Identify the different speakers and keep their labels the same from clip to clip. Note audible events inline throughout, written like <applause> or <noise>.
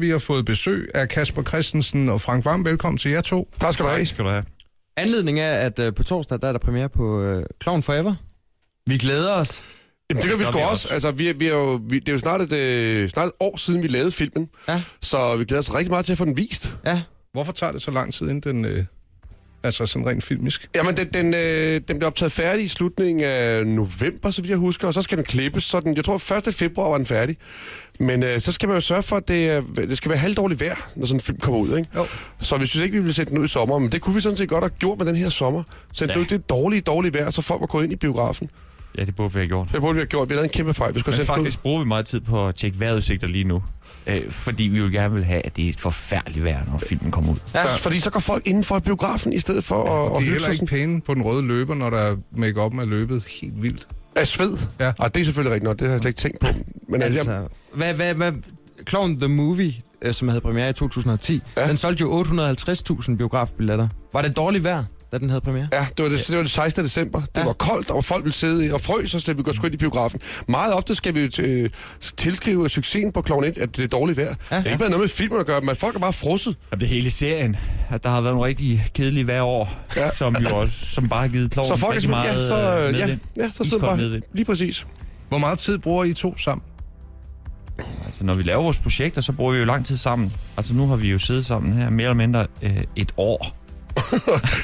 Speaker 1: Vi har fået besøg af Kasper Christensen og Frank Vam. Velkommen til jer to.
Speaker 2: Tak skal du have.
Speaker 3: Tak skal du have.
Speaker 4: Anledningen er, at øh, på torsdag, der er der premiere på øh, Clown Forever. Vi glæder os.
Speaker 2: Jamen, det kan vi
Speaker 3: gør
Speaker 2: sgu
Speaker 3: vi
Speaker 2: også.
Speaker 3: også.
Speaker 2: Altså, vi, er- vi er jo, vi, det er jo snart et, øh, snart et år siden, vi lavede filmen.
Speaker 4: Ja.
Speaker 2: Så vi glæder os rigtig meget til at få den vist.
Speaker 4: Ja,
Speaker 1: Hvorfor tager det så lang tid, inden den... Øh, altså sådan rent filmisk?
Speaker 2: Jamen, den, den, øh, den blev optaget færdig i slutningen af november, så vidt jeg husker, og så skal den klippes. Så den, jeg tror, 1. februar var den færdig. Men øh, så skal man jo sørge for, at det, øh, det skal være halvdårligt vejr, når sådan en film kommer ud. Ikke?
Speaker 1: Jo.
Speaker 2: Så vi synes ikke, vi ville sætte den ud i sommer, men det kunne vi sådan set godt have gjort med den her sommer. Så ja.
Speaker 3: Ja.
Speaker 2: det er dårlige, dårlige vejr, så folk var gået ind i biografen.
Speaker 3: Ja, det burde vi have gjort.
Speaker 2: Det burde vi have gjort. Vi lavede en kæmpe fejl. Vi skulle have
Speaker 3: Men
Speaker 2: sendt den ud.
Speaker 3: faktisk bruger vi meget tid på at tjekke vejrudsigter lige nu. Øh, fordi vi jo gerne vil have, at det er et forfærdeligt vejr, når filmen kommer ud.
Speaker 2: Ja. Fordi så går folk inden for biografen i stedet for at,
Speaker 1: Og
Speaker 2: at
Speaker 1: de er
Speaker 2: hygge
Speaker 1: heller
Speaker 2: sig
Speaker 1: ikke
Speaker 2: sådan,
Speaker 1: pæne på den røde løber, når der make op er løbet helt vildt.
Speaker 2: af sved.
Speaker 1: Ja.
Speaker 2: Og det er selvfølgelig rigtigt nok, det har jeg slet ikke tænkt på. Men altså, jeg,
Speaker 4: altså. Hvad, hvad, hvad, Clown The Movie, øh, som havde premiere i 2010,
Speaker 2: Ja.
Speaker 4: ja. den solgte jo 850.000 biografbilletter. Var det dårligt vejr, da den havde premiere?
Speaker 2: ja, det var det, det var den 16. december. Det
Speaker 4: Ja.
Speaker 2: var koldt, og folk ville sidde i- og frøs, og så vi går sgu ind i biografen. Meget ofte skal vi jo t- øh, tilskrive succesen på Clown 1, at det er dårligt vejr. Ja. Det har ikke været noget med filmen at gøre, men folk er bare frosset.
Speaker 3: Jamen, det hele serien, at der har været nogle rigtig kedelige hver år, ja. som jo også, som bare har givet kloven
Speaker 2: Så folk er
Speaker 3: rigtig
Speaker 2: simpelthen- ja,
Speaker 3: meget
Speaker 2: så,
Speaker 3: øh,
Speaker 2: øh, ja,
Speaker 3: medvind.
Speaker 2: ja, så
Speaker 3: Iskold
Speaker 2: sidder bare
Speaker 3: medvind.
Speaker 2: lige præcis.
Speaker 1: Hvor meget tid bruger I to sammen?
Speaker 3: Altså, når vi laver vores projekter, så bruger vi jo lang tid sammen. Altså, nu har vi jo siddet sammen her mere eller mindre øh, et år.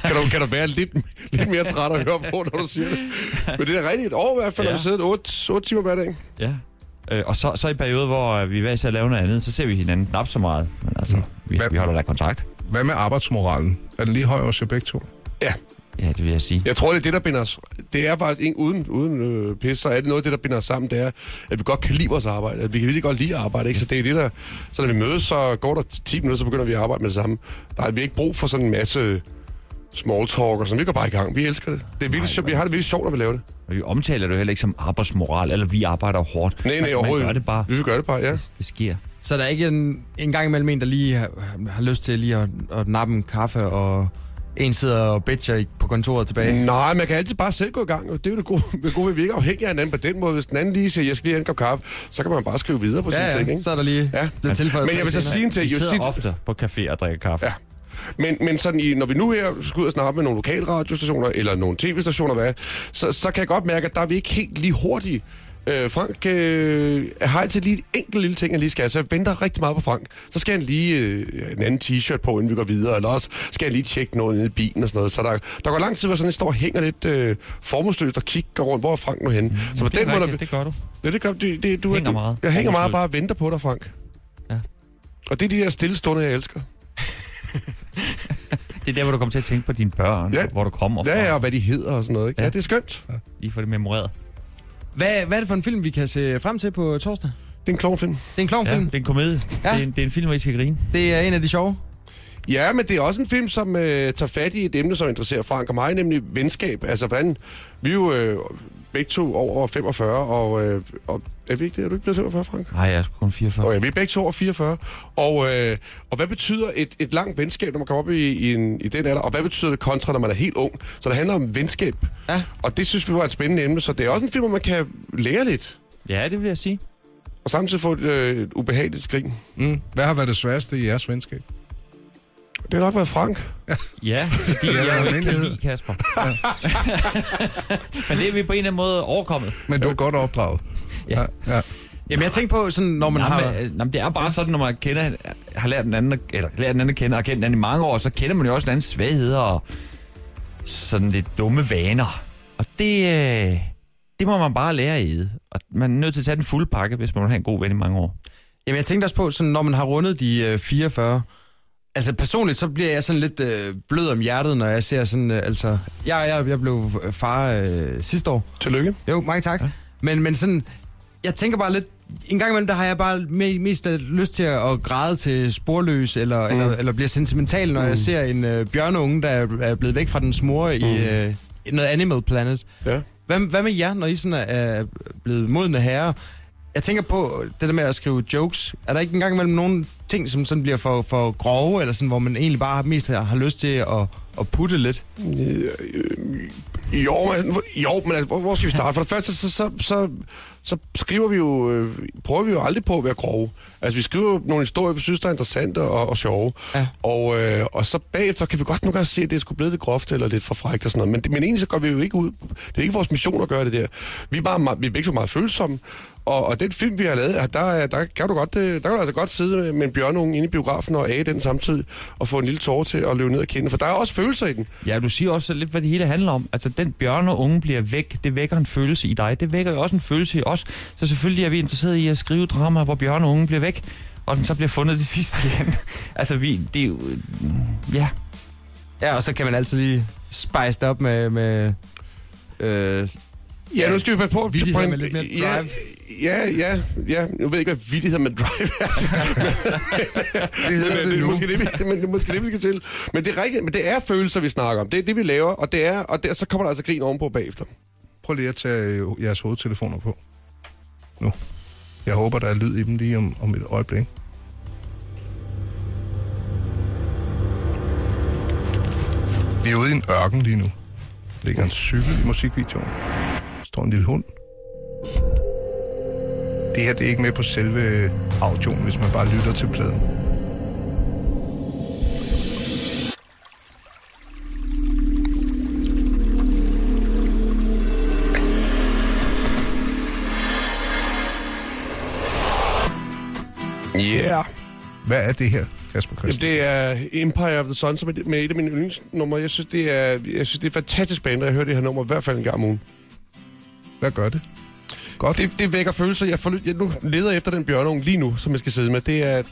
Speaker 2: Kan du, kan du være lidt, lidt mere træt at høre på, når du siger det? Men det er da rigtigt et år i hvert fald, ja.
Speaker 3: Ja.
Speaker 2: når vi sidder 8, 8 timer hver dag.
Speaker 3: Ja. Øh, og så, så i perioder, hvor øh, vi hver især laver noget andet, så ser vi hinanden knap så meget. Men altså,
Speaker 2: Mm.
Speaker 3: vi,
Speaker 1: Hvad-
Speaker 3: vi holder da kontakt.
Speaker 1: Hvad med arbejdsmoralen? Er den lige høj hos jer begge to?
Speaker 2: Ja,
Speaker 3: Ja, det vil jeg sige.
Speaker 2: Jeg tror, det er det, der binder os. Det er faktisk ikke uden, uden øh, pis, så er det noget af det, der binder os sammen, det er, at vi godt kan lide vores arbejde, at vi kan virkelig godt lide at arbejde, ikke? Så det er det, der... Så når vi mødes, så går der 10 minutter, så begynder vi at arbejde med det samme. Der er vi har ikke brug for sådan en masse small talk og sådan. Vi går bare i gang. Vi elsker det. Det er virkelig sjovt. Vi har det virkelig sjovt, når vi laver det.
Speaker 3: Og vi omtaler det jo heller ikke som arbejdsmoral, eller vi arbejder hårdt.
Speaker 2: Nej, nej,
Speaker 3: Man-
Speaker 2: overhovedet.
Speaker 3: Man gør det bare.
Speaker 2: Vi vil gøre det bare, ja.
Speaker 3: Det sker.
Speaker 4: Så der er ikke en, en gang imellem en, der lige har, har lyst til lige at, at nappe en kaffe, og en sidder og bitcher i- på kontoret tilbage. Mm.
Speaker 2: Nej, man kan altid bare selv gå i gang. og Det er jo det gode, det gode ved, at vi ikke er afhængige af hinanden på den måde. Hvis den anden lige siger, jeg skal lige have en kop kaffe, så kan man bare skrive videre på sin
Speaker 4: Ja,
Speaker 2: ting,
Speaker 4: ja,
Speaker 2: ikke?
Speaker 4: så er der lige
Speaker 2: Ja.
Speaker 4: ja. blevet tilføjet.
Speaker 2: Men jeg vil så sige en
Speaker 3: Vi
Speaker 2: ting. Jeg vil
Speaker 3: sidder
Speaker 2: sige,
Speaker 3: ofte på café og drikker kaffe.
Speaker 2: Ja. Men, men sådan i, når vi nu her skal ud og snakke med nogle lokale radiostationer, eller nogle tv-stationer, hvad, så, så kan jeg godt mærke, at der er vi ikke helt lige hurtige. Øh, Frank øh, har altid lige et enkelt lille ting, jeg lige skal have, så jeg venter rigtig meget på Frank. Så skal han lige øh, en anden t-shirt på, inden vi går videre, eller også skal jeg lige tjekke noget nede i bilen og sådan noget. Så der, der går lang tid, hvor sådan jeg står og hænger lidt øh, formålsløst og kigger rundt, hvor er Frank nu henne. Mm, så på
Speaker 3: det er
Speaker 2: den måde...
Speaker 3: rigtigt, det gør du.
Speaker 2: Ja, det gør det, det, du,
Speaker 3: Hænger
Speaker 2: du,
Speaker 3: meget.
Speaker 2: Jeg hænger meget
Speaker 3: Formålsløst.
Speaker 2: bare og venter på dig, Frank.
Speaker 3: Ja.
Speaker 2: Og det er de der stille stunder, jeg elsker.
Speaker 3: Det er der, hvor du kommer til at tænke på dine børn,
Speaker 2: Ja.
Speaker 3: ja. hvor du kommer fra.
Speaker 2: Ja, ja, og hvad de hedder og sådan noget. Ikke? Ja.
Speaker 3: Ja.
Speaker 2: ja, det er skønt.
Speaker 3: Lige for det memoreret.
Speaker 4: Hvad, hvad er det for en film, vi kan se frem til på torsdag?
Speaker 2: Det er en klovnfilm.
Speaker 4: Det er en
Speaker 3: Ja,
Speaker 4: klovnfilm.
Speaker 3: det er en komedie. Ja.
Speaker 4: Ja.
Speaker 3: Det, er en, det er en film, hvor I skal grine.
Speaker 4: Det er en af de sjove.
Speaker 2: Ja, men det er også en film, som øh, tager fat i et emne, som interesserer Frank og mig, nemlig venskab. Altså, hvordan... Vi er jo øh, begge to over 45, og, øh, og... Er vi ikke det? Er du ikke blevet 45, Frank?
Speaker 3: Nej, jeg er sgu kun 44.
Speaker 2: Okay, vi er begge to over 44. Og, øh, og hvad betyder et, et langt venskab, når man kommer op i, i, en, i den alder? Og hvad betyder det kontra, når man er helt ung? Så det handler om venskab.
Speaker 4: Ja.
Speaker 2: Og det synes vi var et spændende emne, så det er også en film, hvor man kan lære lidt.
Speaker 3: Ja, det vil jeg sige.
Speaker 2: Og samtidig få et, øh, et ubehageligt skrin.
Speaker 1: Mm. Hvad har været det sværeste i jeres venskab?
Speaker 2: Det har nok været Frank. <laughs>
Speaker 3: Ja, fordi
Speaker 1: Ja,
Speaker 3: jeg
Speaker 1: der er
Speaker 3: er jo ikke kan
Speaker 1: almindelighed.
Speaker 3: lide Kasper. <laughs> Men det er vi på en eller anden måde overkommet.
Speaker 1: Men du er godt opdraget.
Speaker 3: Ja.
Speaker 1: ja. ja.
Speaker 4: Jamen, jeg tænkte på, sådan, når man
Speaker 3: Jamen,
Speaker 4: har...
Speaker 3: øh, jamen, det er bare sådan, når man kender, har lært den anden, at- eller lært den anden at kende, og har kendt den anden i mange år, så kender man jo også den andens svagheder og sådan lidt dumme vaner. Og det, øh, det må man bare lære i. Og man er nødt til at tage den fulde pakke, hvis man vil have en god ven i mange år.
Speaker 4: Jamen, jeg tænkte også på, sådan, når man har rundet de øh, 44... Altså, personligt, så bliver jeg sådan lidt øh, blød om hjertet, når jeg ser sådan... Øh, altså, jeg, jeg, jeg blev far øh, sidste år.
Speaker 2: Tillykke.
Speaker 4: Jo, mange tak. Ja. Men, men sådan... Jeg tænker bare lidt... En gang imellem, der har jeg bare me- mest øh, lyst til at at græde til sporløs, eller, mm. eller, eller bliver sentimental, når mm. jeg ser en øh, bjørneunge, der er er blevet væk fra dens mor mm. i øh, i noget Animal Planet.
Speaker 2: Ja.
Speaker 4: Hvad, hvad med jer, når I sådan er- er blevet modne herrer? Jeg tænker på det der med at skrive jokes. Er der ikke engang imellem nogle ting, som sådan bliver for, for grove, eller sådan, hvor man egentlig bare har- mest har, har lyst til at, at putte lidt?
Speaker 2: Øh, øh, Jo, men, jo, men altså, hvor, hvor skal vi starte? For det første, så, så, så, så skriver vi jo, øh, prøver vi jo aldrig på at være grove. Altså, vi skriver jo nogle historier, vi synes, der er interessante og, og sjove.
Speaker 4: Ja.
Speaker 2: Og, øh, og så bagefter kan vi godt nogle gange se, at det er sgu blevet lidt groft eller lidt for frækt og sådan noget. Men, det- men egentlig så går vi jo ikke ud. Det er ikke vores mission at gøre det der. Vi er, bare, meget- vi er begge så meget følsomme. Og, og den film, vi har lavet, der, er- der, kan du godt, øh, der kan du altså godt sidde med- med en bjørnunge inde i biografen og af den samtidig og få en lille tårer til at løbe ned og kende. For der er også følelser i den.
Speaker 3: Ja, du siger også lidt, hvad det hele handler om. Altså, den bjørne unge bliver væk. Det vækker en følelse i dig. Det vækker jo også en følelse i os. Så selvfølgelig er vi interesseret i at skrive dramaer, hvor bjørne unge bliver væk, og den så bliver fundet det sidste <laughs> igen. altså, vi, det er jo... Ja,
Speaker 4: Ja, og så kan man altid lige spice det op med... med øh,
Speaker 2: Ja, nu skal vi passe på. at
Speaker 4: Vittigheder
Speaker 2: bringe-
Speaker 4: med lidt mere drive.
Speaker 2: Ja, ja, ja, ja. Nu ved jeg ikke, hvad vittigheder med drive
Speaker 4: <laughs>
Speaker 2: er. det hedder det, det, er måske det, vi, men det er måske det, vi skal til. Men det er, rigtigt, men det er følelser, vi snakker om. Det er det, vi laver, og, det er, og der, så kommer der altså grin ovenpå bagefter.
Speaker 1: Prøv lige at tage øh, jeres hovedtelefoner på. Nu. Jeg håber, der er lyd i dem lige om, om et øjeblik. Vi er ude i en ørken lige nu. Der ligger en cykel i musikvideoen. Der står en lille hund. Det her det er ikke med på selve øh, audioen, hvis man bare lytter til pladen.
Speaker 2: Ja. Yeah.
Speaker 1: Hvad er det her, Kasper
Speaker 2: Jamen,
Speaker 1: Christensen?
Speaker 2: det er Empire of the Sun, som er det- med et af mine yndlingsnumre. Jeg synes, det er, jeg synes, det er et fantastisk band, og jeg hører det her nummer i hvert fald en gang om ugen.
Speaker 1: Hvad gør det? Godt.
Speaker 2: Det, det vækker følelser. Jeg, forly- jeg nu leder efter den bjørnunge lige nu, som jeg skal sidde med. Det er,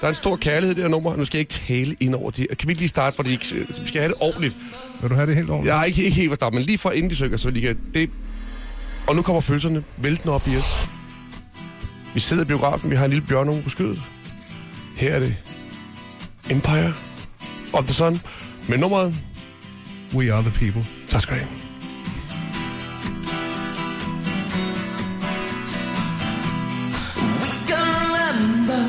Speaker 2: der er en stor kærlighed i det her nummer. Nu skal jeg ikke tale ind over det. Kan vi ikke lige starte, hvor de ikke... Vi skal have det ordentligt.
Speaker 1: Vil du have det helt ordentligt?
Speaker 2: Jeg er ikke, ikke helt fra start, men lige fra inden de søger, så lige kan... Det... Og nu kommer følelserne væltende op i os. Vi sidder i biografen, vi har en lille bjørnunge på skødet. Her er det Empire of the Sun med nummeret
Speaker 1: We are the people.
Speaker 2: Tak skal du have.
Speaker 5: We can remember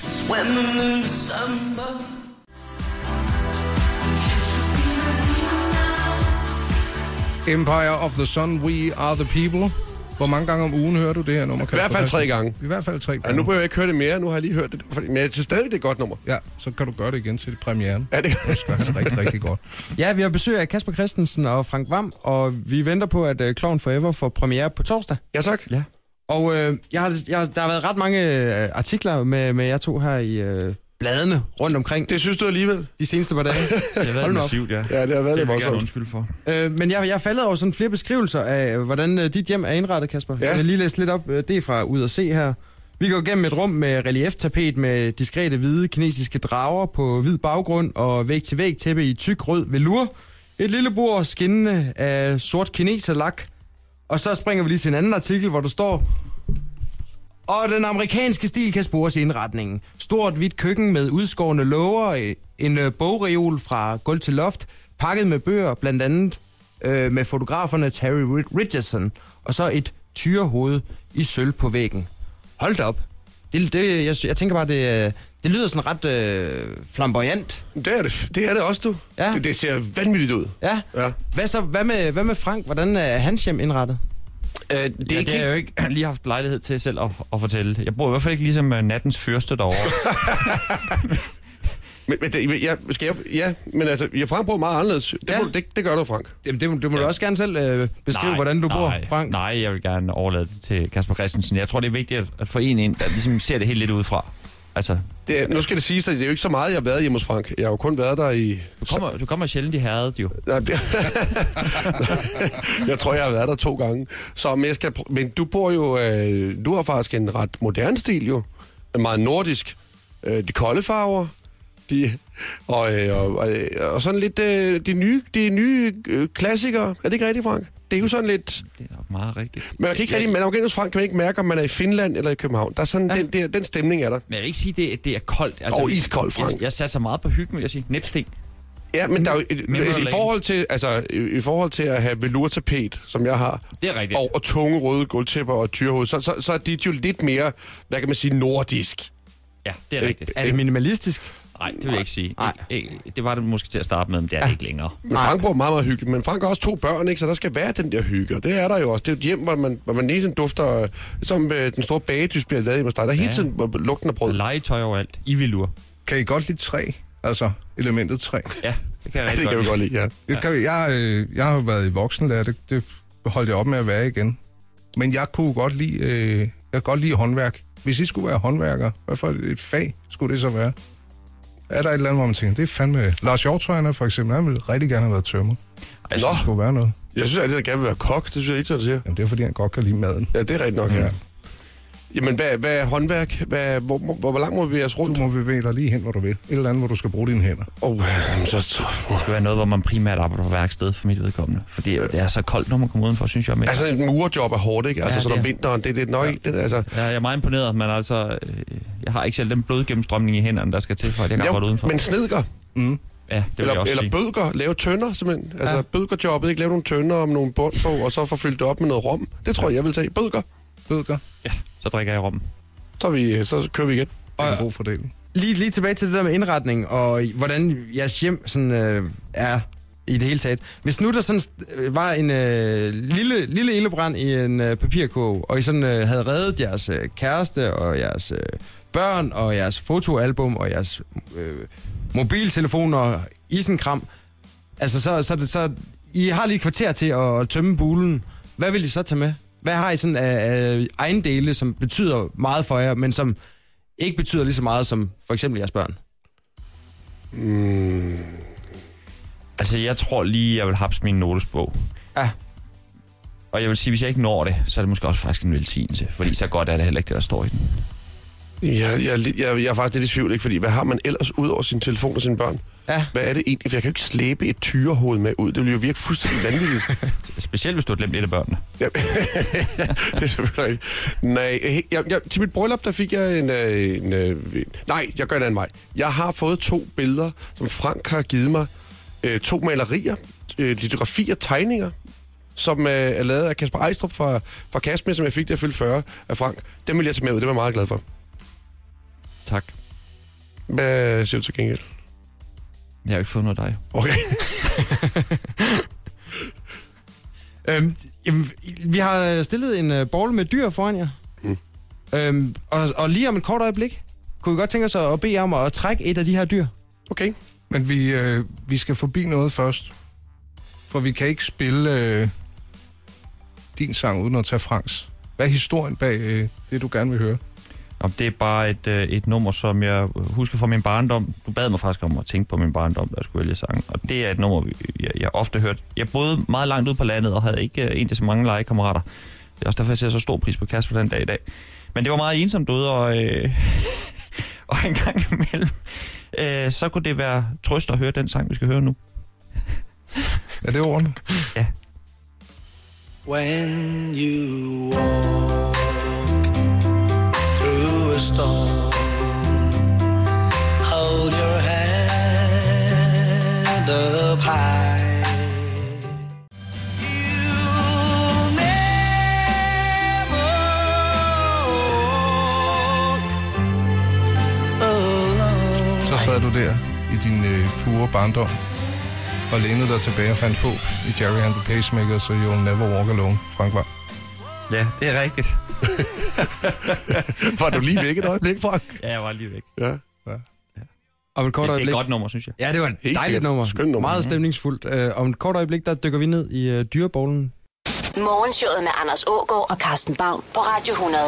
Speaker 5: swimming in the summer.
Speaker 1: Empire of the Sun, We are the people. Hvor mange gange om ugen hører du det her nummer, Kasper
Speaker 2: hvert fald
Speaker 1: Christensen?
Speaker 2: tre gange.
Speaker 1: I hvert fald tre
Speaker 2: Ja,
Speaker 1: gange.
Speaker 2: nu behøver jeg ikke høre det mere, nu har jeg lige hørt det. Men jeg synes stadig, det er et godt nummer.
Speaker 1: Ja, så kan du gøre det igen til premieren.
Speaker 2: Er det
Speaker 1: Det skal altså rigtig, rigtig godt.
Speaker 4: ja, vi har besøg af Kasper Christensen og Frank Vam, og vi venter på, at øh, Clown Forever får premiere på torsdag.
Speaker 2: Ja, tak.
Speaker 3: ja.
Speaker 4: Og øh, jeg har, jeg, har- der har været ret mange øh, artikler med, med jer to her i øh, bladene rundt omkring
Speaker 2: Det synes du alligevel?
Speaker 4: de seneste par dage.
Speaker 3: Det har
Speaker 4: Hold
Speaker 3: været
Speaker 4: nu op.
Speaker 3: massivt, ja.
Speaker 2: Ja, det har været
Speaker 3: Det
Speaker 2: lidt
Speaker 3: vil jeg gerne
Speaker 2: voldsomt.
Speaker 3: undskylde for.
Speaker 4: øh, men jeg, jeg er faldet over sådan flere beskrivelser af, øh, hvordan øh, dit hjem er indrettet, Kasper.
Speaker 2: Ja.
Speaker 4: Jeg har lige læst lidt op. Øh, det er fra Ud at se her. Vi går gennem et rum med relieftapet med diskrete hvide kinesiske drager på hvid baggrund og væg-til-væg tæppe i tyk rød velur. Et lille bord skinnende af sort kineserlak. Og så springer vi lige til en anden artikel, hvor der står, Og den amerikanske stil kan spores i indretningen. Stort hvidt køkken med udskårne låger, øh, en øh, bogreol fra gulv til loft, pakket med bøger, blandt andet øh, med fotograferne Terry Ri- Richardson, og så et tyrehoved i sølv på væggen. Hold da op. Det, det, jeg, jeg tænker bare, det, øh, det lyder sådan ret øh, flamboyant.
Speaker 2: Det er det. Det er det også, du.
Speaker 4: Ja.
Speaker 2: Det, det ser vanvittigt ud.
Speaker 4: Ja.
Speaker 2: Ja.
Speaker 4: Hvad, så, hvad, med, hvad med Frank? Hvordan er hans hjem indrettet?
Speaker 2: Øh, det
Speaker 3: Det, ja, det har jeg jo ikke lige haft lejlighed til selv at, at fortælle. Jeg bor i hvert fald ikke ligesom øh, nattens fyrste derovre.
Speaker 2: Men, men det, men jeg, skal jeg, ja, men altså, jeg Frank bor meget anderledes. Det,
Speaker 4: Ja.
Speaker 2: ja. må, det, det gør du, Frank.
Speaker 4: Jamen, det, det må du også gerne selv øh, beskrive,
Speaker 3: Nej,
Speaker 4: hvordan du bor,
Speaker 3: nej,
Speaker 4: Frank.
Speaker 3: Nej, jeg vil gerne overlade det til Kasper Christensen. Jeg tror, det er vigtigt at, at få en ind, der ligesom ser det helt lidt udefra. Altså,
Speaker 2: Det, er- nu skal det siges, at det er jo ikke så meget, jeg har været hjemme hos Frank. Jeg har jo kun været der i...
Speaker 3: du kommer, du kommer sjældent i herredet, jo.
Speaker 2: Nej, det- <laughs> jeg tror, jeg har været der to gange. Så, men, jeg skal, pr- men du bor jo... Øh, du har faktisk en ret moderne stil, jo. Meget nordisk. Øh, de kolde farver. De, og, øh, og, og, og sådan lidt øh, de nye, de nye øh, klassikere. Er det ikke rigtigt, Frank? Det er jo sådan lidt...
Speaker 3: Det er nok meget rigtigt.
Speaker 2: Men man kan ikke
Speaker 3: jeg,
Speaker 2: rigtig, man er jo Frank, kan man ikke mærke, om man er i Finland eller i København. Der er sådan, ja. den, der, den stemning er der.
Speaker 3: Men jeg vil ikke sige, at det, det er koldt. Altså,
Speaker 2: Og iskold, Frank.
Speaker 3: Jeg, jeg satser meget på hyggen, vil jeg sige. Næbsting.
Speaker 2: Ja, men der er jo, et,
Speaker 3: Memory
Speaker 2: i,
Speaker 3: lane.
Speaker 2: forhold til, altså, i, i forhold til at have velurtapet, som jeg har,
Speaker 3: Det er rigtigt.
Speaker 2: og, og tunge røde gulvtæpper og tyrehoved, så, så, så er dit jo lidt mere, hvad kan man sige, nordisk.
Speaker 3: Ja, det er rigtigt.
Speaker 4: Er det minimalistisk?
Speaker 3: Nej, det vil jeg ikke sige.
Speaker 4: Nej.
Speaker 3: Ikke- ikke- Det var det måske til at starte med, men det er det ikke længere.
Speaker 2: Men Frank bor meget, meget hyggeligt, men Frank har også to børn, ikke? så der skal være den der hygge, og det er der jo også. Det er jo et hjem, hvor man, hvor man hele tiden dufter, øh, som øh, den store bagedyst bliver lavet i hos dig. Der er hele
Speaker 3: Ja.
Speaker 2: tiden øh, lugten af brød.
Speaker 3: Legetøj overalt. I vil lure.
Speaker 1: Kan I godt lide træ? Altså, elementet træ.
Speaker 3: Ja, det kan jeg
Speaker 2: Ja,
Speaker 3: rigtig
Speaker 2: det kan vi godt lide, ja.
Speaker 1: Jeg, kan, jeg, øh, jeg har jo været i voksenlærer, det, det holdt jeg op med at være igen. Men jeg kunne godt lide, øh, jeg kan godt lide håndværk. Hvis I skulle være håndværker, hvad for et fag skulle det så være? Er der et eller andet, hvor man tænker, det er fandme... Lars Hjortøj, han er for eksempel, han ville rigtig gerne have været tømmer.
Speaker 3: Ej,
Speaker 1: Nå.
Speaker 3: så-
Speaker 1: Det skulle være noget.
Speaker 2: Jeg synes altid, at jeg gerne vil være kok, det synes jeg ikke, at siger.
Speaker 1: Jamen, det er fordi, han godt kan lide maden.
Speaker 2: Ja, det er rigtigt nok, ja.
Speaker 1: Ja.
Speaker 3: Mm.
Speaker 2: Jamen, hvad, hvad er håndværk? Hvad, hvor, hvor, hvor, hvor langt må vi være rundt?
Speaker 1: Du må bevæge dig lige hen, hvor du vil. Et eller andet, hvor du skal bruge dine hænder.
Speaker 2: Oh, så,
Speaker 3: Det skal være noget, hvor man primært arbejder på værksted for mit vedkommende. Fordi det er så koldt, når man kommer udenfor, synes jeg. Men
Speaker 2: altså, en murerjob er hårdt, ikke? Altså,
Speaker 3: Ja,
Speaker 2: ja, sådan om
Speaker 3: det er.
Speaker 2: vinteren, det, det er nok ikke... Det, altså,
Speaker 3: Ja, jeg er meget imponeret, men altså, øh, jeg har ikke selv den blodgennemstrømning i hænderne, der skal til, for at jeg kan
Speaker 2: ja,
Speaker 3: arbejde udenfor.
Speaker 2: men snedker,
Speaker 3: ja, det vil
Speaker 2: eller,
Speaker 3: jeg også
Speaker 2: eller
Speaker 3: sige.
Speaker 2: bødker, lave tønder, simpelthen. Altså, ja.
Speaker 4: Ja.
Speaker 2: bødkerjobbet, ikke? Lave nogle tønder om nogle bund på, og så få fyldt det op med noget rom. Det tror jeg, jeg vil tage. Bødker,
Speaker 1: Bødker,
Speaker 3: Ja, så drikker jeg rom.
Speaker 2: så, er vi, øh, så kører vi igen.
Speaker 1: det er en god fordeling.
Speaker 4: Lige, lige tilbage til det der med indretning, og i- hvordan jeres hjem sådan, øh, er i det hele taget. Hvis nu der sådan øh, var en øh, lille, lille ildebrand i en øh, papirkurv, og I sådan øh, havde reddet jeres øh, kæreste og jeres øh, børn og jeres fotoalbum og jeres øh, mobiltelefoner i sådan en kram, altså så, så, er det, så I har lige et kvarter til at tømme bulen. Hvad vil I så tage med? Hvad har I sådan af, af ejendele, som betyder meget for jer, men som ikke betyder lige så meget som for eksempel jeres børn.
Speaker 3: Altså, jeg tror lige, jeg vil hapse min notesbog.
Speaker 4: Ja.
Speaker 3: Og jeg vil sige, hvis jeg ikke når det, så er det måske også faktisk en velsignelse. Fordi så godt er det heller ikke det, der står i den.
Speaker 2: Jeg, jeg, er lidt- jeg, jeg er faktisk lidt i tvivl, ikke? Fordi hvad har man ellers ud over sin telefon og sine børn?
Speaker 4: Ja.
Speaker 2: Hvad er det egentlig? For jeg kan jo ikke slæbe et tyrehoved med ud. Det ville jo virke fuldstændig vanvittigt.
Speaker 3: Specielt hvis du har glemt et af børnene.
Speaker 2: Ja, <laughs> det er selvfølgelig ikke. Nej, he- jeg, jeg, til mit bryllup, der fik jeg en, øh, en, øh, en... Nej, jeg gør det anden vej. Jeg har fået to billeder, som Frank har givet mig. Øh, to malerier, øh, litografier, tegninger, som øh, er lavet af Kasper Ejstrup fra, fra Kasme, som jeg fik, da jeg fyldte 40 af Frank. Dem vil jeg tage med ud, det var jeg meget glad for.
Speaker 3: Tak.
Speaker 2: Hvad siger du til gengæld?
Speaker 3: Jeg har jo ikke fået noget af dig.
Speaker 2: Okay. <laughs>
Speaker 4: Øhm, jamen, vi har stillet en øh, bowl med dyr foran jer. Mm. Øhm, og, og lige om et kort øjeblik, kunne vi godt tænke os at at bede jer om at trække et af de her dyr.
Speaker 2: Okay.
Speaker 1: Men vi, øh, vi skal forbi noget først. For vi kan ikke spille øh, din sang uden at tage Franks. Hvad er historien bag øh, det, du gerne vil høre?
Speaker 3: Om det er bare et, øh, et nummer, som jeg husker fra min barndom. Du bad mig faktisk om at tænke på min barndom, da jeg skulle vælge sang. Og det er et nummer, vi- jeg, jeg ofte hørt. Jeg boede meget langt ude på landet og havde ikke øh, egentlig så mange legekammerater. Det er også derfor, jeg ser så stor pris på Kasper den dag i dag. Men det var meget ensomt ude, og, øh, <laughs> og en gang imellem, øh, så kunne det være trøst at høre den sang, vi skal høre nu.
Speaker 1: Er det ordene?
Speaker 3: Ja.
Speaker 5: When you walk through a storm, hold your head up high. You'll never walk alone.
Speaker 1: Så sad du der i din øh, pure barndom og lænede dig tilbage og fandt håb i Jerry and the Pacemakers og You'll Never Walk Alone, Frank var.
Speaker 3: Ja, det er rigtigt.
Speaker 2: Var du lige væk et øjeblik, Frank?
Speaker 3: Ja, jeg var lige væk.
Speaker 2: Ja.
Speaker 4: Om et kort
Speaker 3: Det, det er
Speaker 4: øjeblik.
Speaker 3: et godt nummer, synes jeg.
Speaker 4: Ja, det var et
Speaker 2: Helt
Speaker 4: dejligt
Speaker 2: sikkert.
Speaker 4: nummer.
Speaker 2: Skønt nummer.
Speaker 4: Meget stemningsfuldt. Øh, om et kort øjeblik, der dykker vi ned i øh, dyrebowlen.
Speaker 6: Morgenshowet med Anders Ågaard og Carsten Baum på Radio 100.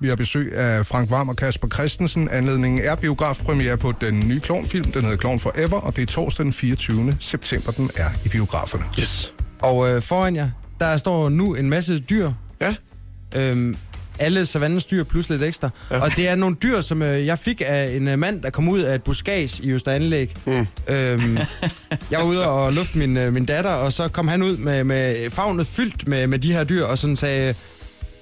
Speaker 1: Vi har besøg af Frank Varm og Kasper Christensen. Anledningen er biografpremiere på den nye klonfilm. Den hedder Klon Forever, og det er torsdag den 24. september. Den er i biograferne.
Speaker 2: Yes.
Speaker 4: Og øh, foran jer, der står nu en masse dyr.
Speaker 2: Ja.
Speaker 4: Øhm, alle savannens dyr plus lidt ekstra. Ja. Og det er nogle dyr, som øh, jeg fik af en øh, mand, der kom ud af et buskage i Øster Anlæg. Mm. Øhm, jeg var ude og lufte min, øh, min datter, og så kom han ud med, med fagnet fyldt med, med de her dyr, og sådan sagde,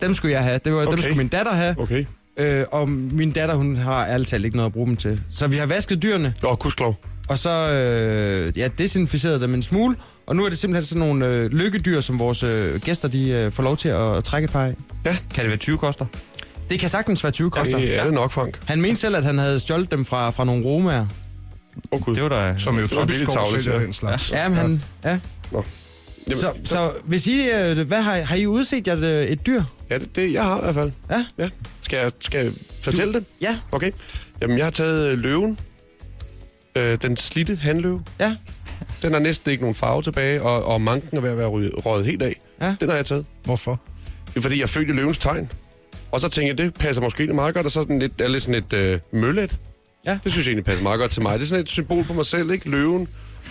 Speaker 4: dem skulle jeg have. Det var, okay. Dem
Speaker 2: Okay.
Speaker 4: skulle min datter have.
Speaker 2: Okay.
Speaker 4: Øh, og min datter, hun har ærligt talt ikke noget at bruge dem til. Så vi har vasket dyrene,
Speaker 2: Nå, kusklov.
Speaker 4: og så øh, ja, desinficeret dem en smule. Og nu er det simpelthen sådan nogle øh, lykkedyr, som vores øh, gæster de, øh, får lov til at, at trække et par af.
Speaker 3: Kan det være 20 koster?
Speaker 4: Det Det kan sagtens være 20 koster.
Speaker 2: Det er det nok, Frank.
Speaker 4: Han mente selv, at han havde stjålet dem fra, fra nogle romager.
Speaker 2: Åh, oh, Gud.
Speaker 3: Det var da...
Speaker 1: Som jo
Speaker 2: Det var en lille
Speaker 1: Tobisgaard
Speaker 2: tavle,
Speaker 1: sælger
Speaker 2: ja.
Speaker 1: den slags.
Speaker 4: Ja, men han... Ja.
Speaker 2: Nå. Jamen,
Speaker 4: Så, så hvis I... øh, Hvad har, har I udset jer et, et dyr?
Speaker 2: Ja, det, det jeg har i hvert fald.
Speaker 4: Ja?
Speaker 2: Ja. Skal, jeg, skal jeg fortælle det?
Speaker 4: Ja,
Speaker 2: Okay. Jamen, jeg har taget øh, løven. Øh, den slidte handløve.
Speaker 4: ja.
Speaker 2: Den har næsten ikke nogen farve tilbage, og, og manken er ved at være ry- røget helt af.
Speaker 4: Ja.
Speaker 2: Den har jeg taget.
Speaker 1: Hvorfor?
Speaker 2: Det er fordi, jeg følte løvens tegn. Og så tænkte jeg, det passer måske egentlig meget godt, og så er den lidt, er lidt sådan et øh, møllet.
Speaker 4: Ja.
Speaker 2: Det synes jeg egentlig passer meget godt til mig. Det er sådan et symbol på mig selv, ikke? Løven.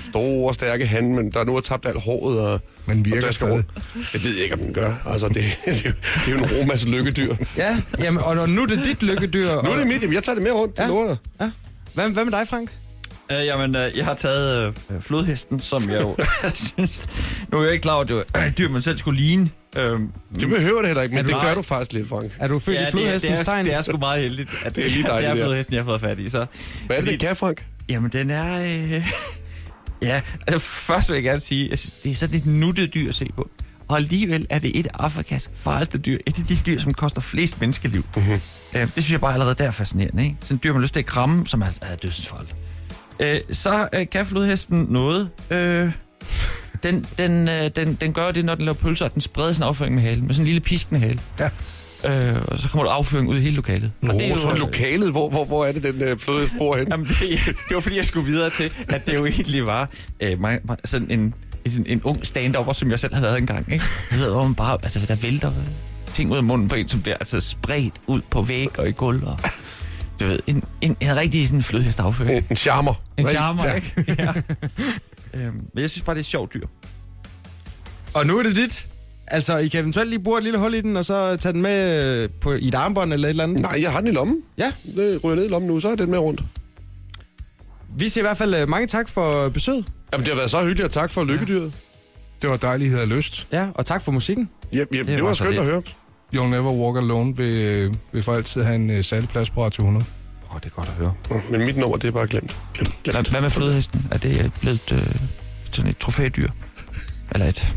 Speaker 2: Store og stærke han, men der nu har tabt alt håret. Og,
Speaker 1: Men virker
Speaker 2: og dørste
Speaker 1: stadig.
Speaker 2: rundt. Jeg ved ikke, om den gør. Altså, det, <laughs> det, er jo- det er jo en romas lykkedyr.
Speaker 4: Ja, jamen, og og nu er det dit lykkedyr.
Speaker 2: Nu er det mit, jamen, jeg tager det med rundt. Ja.
Speaker 4: Ja.
Speaker 2: Det lover jeg dig.
Speaker 4: Ja. Hvad, hvad med dig, Frank?
Speaker 3: Øh, jamen, øh, jeg har taget øh, flodhesten, som jeg <laughs> jo synes... Nu er jeg ikke klar over, at det var <clears throat> et dyr, man selv skulle ligne. Øhm,
Speaker 2: Det behøver det heller ikke, men
Speaker 3: Er
Speaker 2: det
Speaker 3: du-
Speaker 2: gør du faktisk lidt, Frank.
Speaker 4: Er du født ja, i flodhestens
Speaker 3: det er,
Speaker 4: tegn?
Speaker 3: Det er sgu meget heldigt, <laughs> at
Speaker 2: Det er lige dig,
Speaker 3: det
Speaker 2: det
Speaker 3: er
Speaker 2: der.
Speaker 3: flodhesten, jeg har fået fat i. Så.
Speaker 2: Hvad er det,
Speaker 3: Fordi-
Speaker 2: det kan, Frank?
Speaker 3: Jamen, den er... Øh... <laughs> Ja, altså først vil jeg gerne sige, at det er sådan et nuttet dyr at se på. Og alligevel er det et af Afrikas farligste dyr. Et af de dyr, som koster flest menneskeliv. Mm-hmm. Øh, det synes jeg bare allerede der er fascinerende. Ikke? Sådan et dyr, man har lyst til at kramme, som er, er dødsensfarligt. Øh, så øh, kan flodhesten noget. Øh, den, den, øh, den, den gør det, når den laver pølser, at den spreder sin afføring med halen. Med sådan en lille piskende hale.
Speaker 1: Ja.
Speaker 3: Øh, og så kommer der afføring ud i hele lokalet.
Speaker 2: Nå,
Speaker 3: og
Speaker 2: det er jo... lokalet, hvor, hvor, hvor er det, den øh, flodhest bor hen?
Speaker 3: Jamen, det, det var fordi, jeg skulle videre til, at det jo egentlig var øh, mig, mig, sådan en, sådan en ung stand som jeg selv havde været engang. Ikke? Jeg ved, hvor man bare, altså, der vælter øh, ting ud af munden på en, som bliver altså, spredt ud på væg og i gulv. Og, du ved, en, en, en rigtig sådan flødhest afføring.
Speaker 2: En, en charmer.
Speaker 3: En charmer, Øh, ja. <laughs> ikke? Ja. Øhm, men jeg synes bare, det er et sjovt dyr.
Speaker 4: Og nu er det dit. Altså, I kan eventuelt lige bruge et lille hul i den, og så tage den med øh, på, i et armbånd eller et eller andet.
Speaker 2: Nej, jeg har den i lommen.
Speaker 4: Ja,
Speaker 2: Det ryger ned i lommen nu, så er den med rundt.
Speaker 4: vi siger i hvert fald øh, mange tak for besøget.
Speaker 2: Jamen, det har været så hyggeligt, og tak for lykkedyret.
Speaker 1: Det var dejlighed og lyst.
Speaker 4: Ja, og tak for musikken.
Speaker 2: Ja, ja, det, det
Speaker 3: var
Speaker 2: var
Speaker 3: så
Speaker 2: skønt
Speaker 3: lidt.
Speaker 2: at høre.
Speaker 1: You'll Never Walk Alone vil, øh, vil for altid have en øh, særlig plads på Radio 100.
Speaker 3: Åh, oh, det er godt at høre.
Speaker 2: Nå, Men mit nummer, det er bare glemt. Glemt,
Speaker 3: Hvad,
Speaker 2: glemt.
Speaker 3: hvad med flødehesten? Er det øh, blevet øh, sådan et trofædyr? Eller et,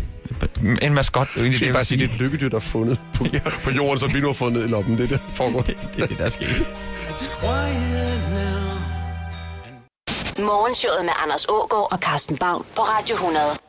Speaker 3: en maskot? Det er jo
Speaker 2: Skal
Speaker 3: egentlig
Speaker 2: jeg
Speaker 3: det, jeg
Speaker 2: bare
Speaker 3: vil
Speaker 2: sige,
Speaker 3: sige.
Speaker 2: det er et lykkedyr, der er fundet på, på jorden, som vi nu har fået ned i lommen. Det er det, der foregår. <laughs>
Speaker 3: <laughs> Det er det, der er sket.
Speaker 6: Morgenshowet med Anders Ågaard og Carsten Baum på Radio 100.